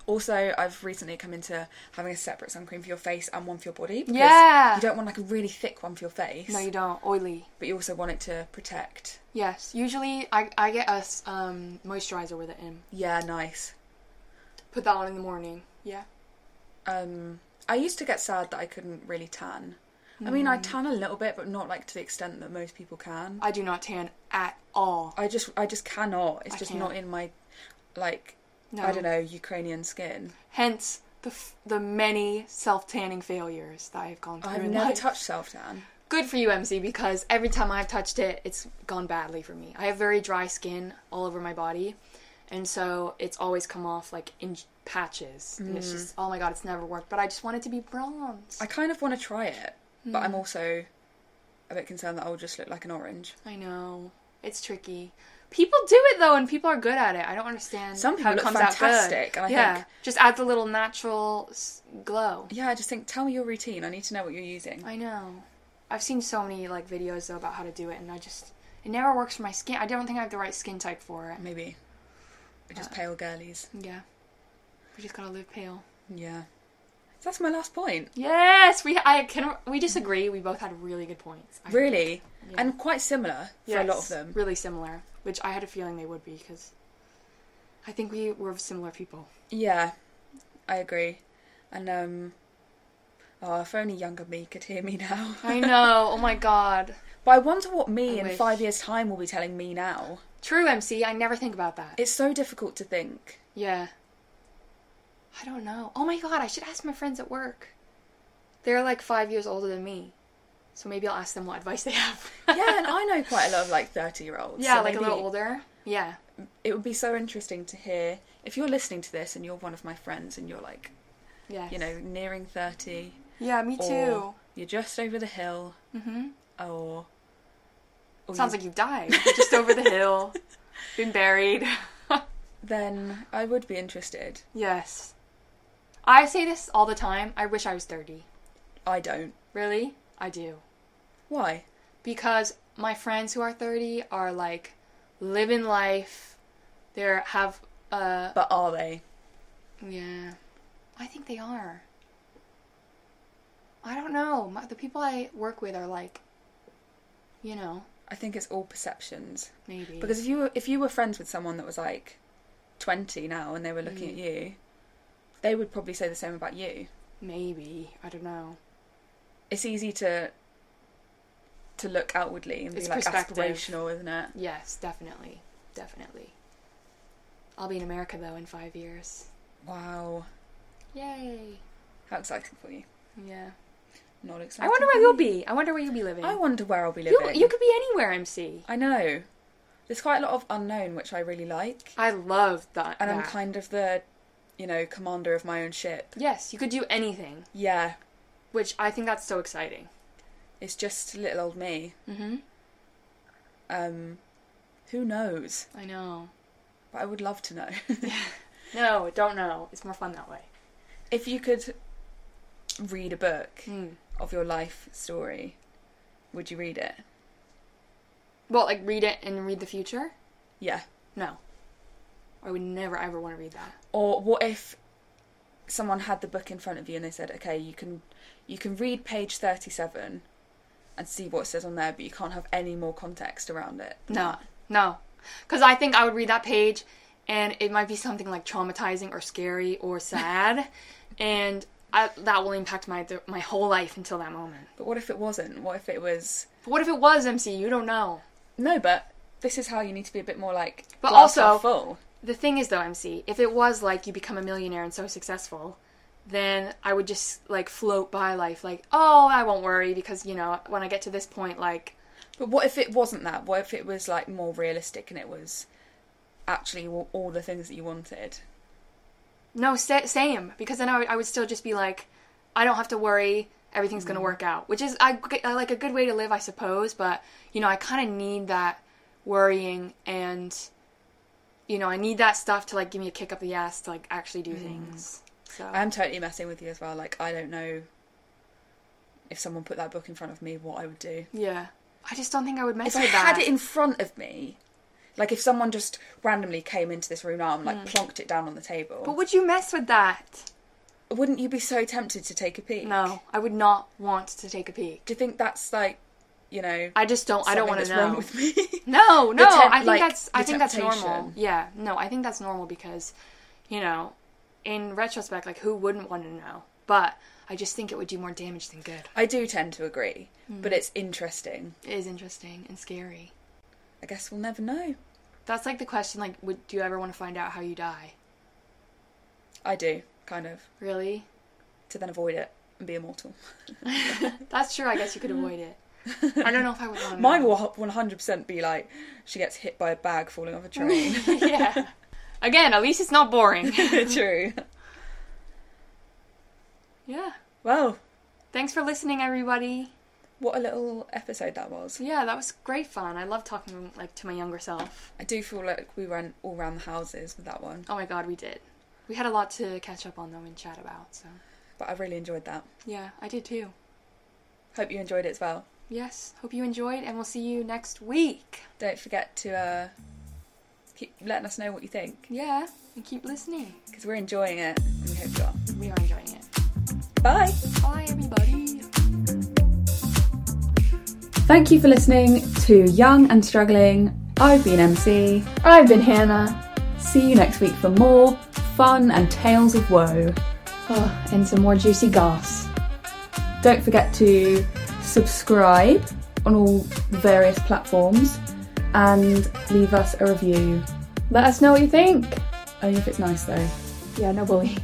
Also, I've recently come into having a separate sun cream for your face and one for your body. because Yeah. You don't want like a really thick one for your face, No, you don't. Oily. but you also want it to protect. Yes. Usually, I, I get a s- um, moisturizer with it in. Yeah, nice. Put that on in the morning. Yeah. Um, I used to get sad that I couldn't really tan. I mean, Hmm. I tan a little bit, but not like to the extent that most people can. I do not tan at all. I just, I just cannot. It's I just can't. not in my, like, No. I don't know, Ukrainian skin. Hence the f- the many self tanning failures that I've gone through. I've in never life. touched self tan. Good for you, MC, because every time I've touched it, it's gone badly for me. I have very dry skin all over my body, and so it's always come off like in patches. And it's just, oh my god, it's never worked. But I just want it to be bronze. Mm-hmm. I kind of want to try it, but Hmm. I'm also a bit concerned that I'll just look like an orange. I know it's tricky. People do it though, and people are good at it. I don't understand Some people how it look comes out fantastic, good. and I yeah, think- just add the little natural s- glow. Yeah, I just think, tell me your routine. I need to know what you're using. I know. I've seen so many like videos though about how to do it, and I just it never works for my skin. I don't think I have the right skin type for it. Maybe. We're Uh, just pale girlies. Yeah, we just gotta live pale. Yeah. So that's my last point. Yes, we I can we disagree. We both had really good points. I- Really. Yeah. And quite similar for yes, a lot of them. really similar. Which I had a feeling they would be because I think we were similar people. Yeah. I agree. And, um. Oh, if only younger me could hear me now. I know. oh my god. but I wonder what me I in wish. five years' time will be telling me now. True, MC. I never think about that. It's so difficult to think. Yeah. I don't know. Oh my god, I should ask my friends at work. They're like five years older than me. So maybe I'll ask them what advice they have. Yeah, and I know quite a lot of like 30 year olds. yeah, so like a maybe little older. Yeah. It would be so interesting to hear if you're listening to this and you're one of my friends and you're like, Yeah. you know, nearing 30, Yeah, me too. Or you're just over the hill. Mm-hmm. Or, or Sounds you- like you died. Just over the hill. Been buried. then I would be interested. yes. I say this all the time. I wish I was 30. I don't. Really? I do. Why? because my friends who are 30 are like living life they're have uh But are they? yeah i think they are i don't know my, the people i work with are like you know I think it's all perceptions. maybe Because if you were, if you were friends with someone that was like 20 now and they were Mm. looking at you, they would probably say the same about you. maybe i don't know It's easy to to look outwardly and be It's like perspective. aspirational, isn't it? yes definitely definitely i'll be in america though in five years Wow, yay how exciting for you! yeah Not exciting. i wonder where for you'll me. be i wonder where you'll be living I wonder where I'll be you, living. you could be anywhere mc I know. There's quite a lot of unknown, which I really like. i love that And I'm that. kind of the, you know, commander of my own ship. Yes, you could do anything, Yeah, which I think that's so exciting. it's just little old me. Mm-hmm. Um, who knows? I know. But I would love to know. No, don't know. It's more fun that way. if you could read a book Mm. of your life story, would you read it? Well, like read it and read the future? Yeah. No. I would never ever want to read that. Or what if someone had the book in front of you and they said, "Okay, you can you can read page 37 and see what it says on there, but you can't have any more context around it." than No. that." No. Because I think I would read that page and it might be something like traumatizing or scary or sad. and I, that will impact my, my whole life until that moment. But what if it wasn't? What if it was But what if it was MC? You don't know. No, but this is how you need to be a bit more like But glass also- half full. The thing is, though, MC, if it was like you become a millionaire and so successful, then I would just like float by life, like, oh, I won't worry because, you know, when I get to this point, like, But what if it wasn't that? What if it was like more realistic and it was actually all, all the things that you wanted? no, sa- same. Because then I would, I would still just be like, I don't have to worry, everything's Mm-hmm. going to work out, which is I, g- uh, like a good way to live, I suppose. But, you know, I kind of need that worrying and, you know, I need that stuff to like give me a kick up the ass to like actually do Mm-hmm. things. So, I'm totally messing with you as well. Like I don't know if someone put that book in front of me, what I would do. yeah. I just don't think I would mess If I with had that. it in front of me, like if someone just randomly came into this room now and like plonked it down on the table, but would you mess with that? wouldn't you be so tempted to take a peek? No, I would not want to take a peek. Do you think that's like, you know, I just don't. I don't want something to that's know. wrong with me? No, no. temp- I think like, that's. I the think that's normal. temptation. Yeah. No, I think that's normal because, you know, in retrospect, like who wouldn't want to know? But I just think it would do more damage than good. I do tend to agree, but it's interesting. It is interesting and scary. I guess we'll never know. That's like the question. Like, would do you ever want to find out how you die? I do, kind of, Really? to then avoid it and be immortal. That's true. I guess you could avoid it. I don't know if I would want to. Mine will 100% be like, she gets hit by a bag falling off a train. yeah. Again, at least it's not boring. True. yeah. Well, Thanks for listening, everybody. what a little episode that was. Yeah, that was great fun. I love talking like to my younger self. I do feel like we ran all round the houses with that one, Oh my god, we did. We had a lot to catch up on though and chat about, so but I really enjoyed that. yeah, I did too. Hope you enjoyed it as well. Yes, hope you enjoyed and we'll see you next week. Don't forget to uh, keep letting us know what you think Yeah, and keep listening. because we're enjoying it and we hope you are. We are enjoying it. Bye! Bye everybody. Thank you for listening to Young and Struggling. I've been MC. I've been Hannah. See you next week for more fun and tales of woe. Oh, and some more juicy goss. Don't forget to subscribe on all the various platforms and leave us a review. Let us know what you think. Only if it's nice though. Yeah, no bully.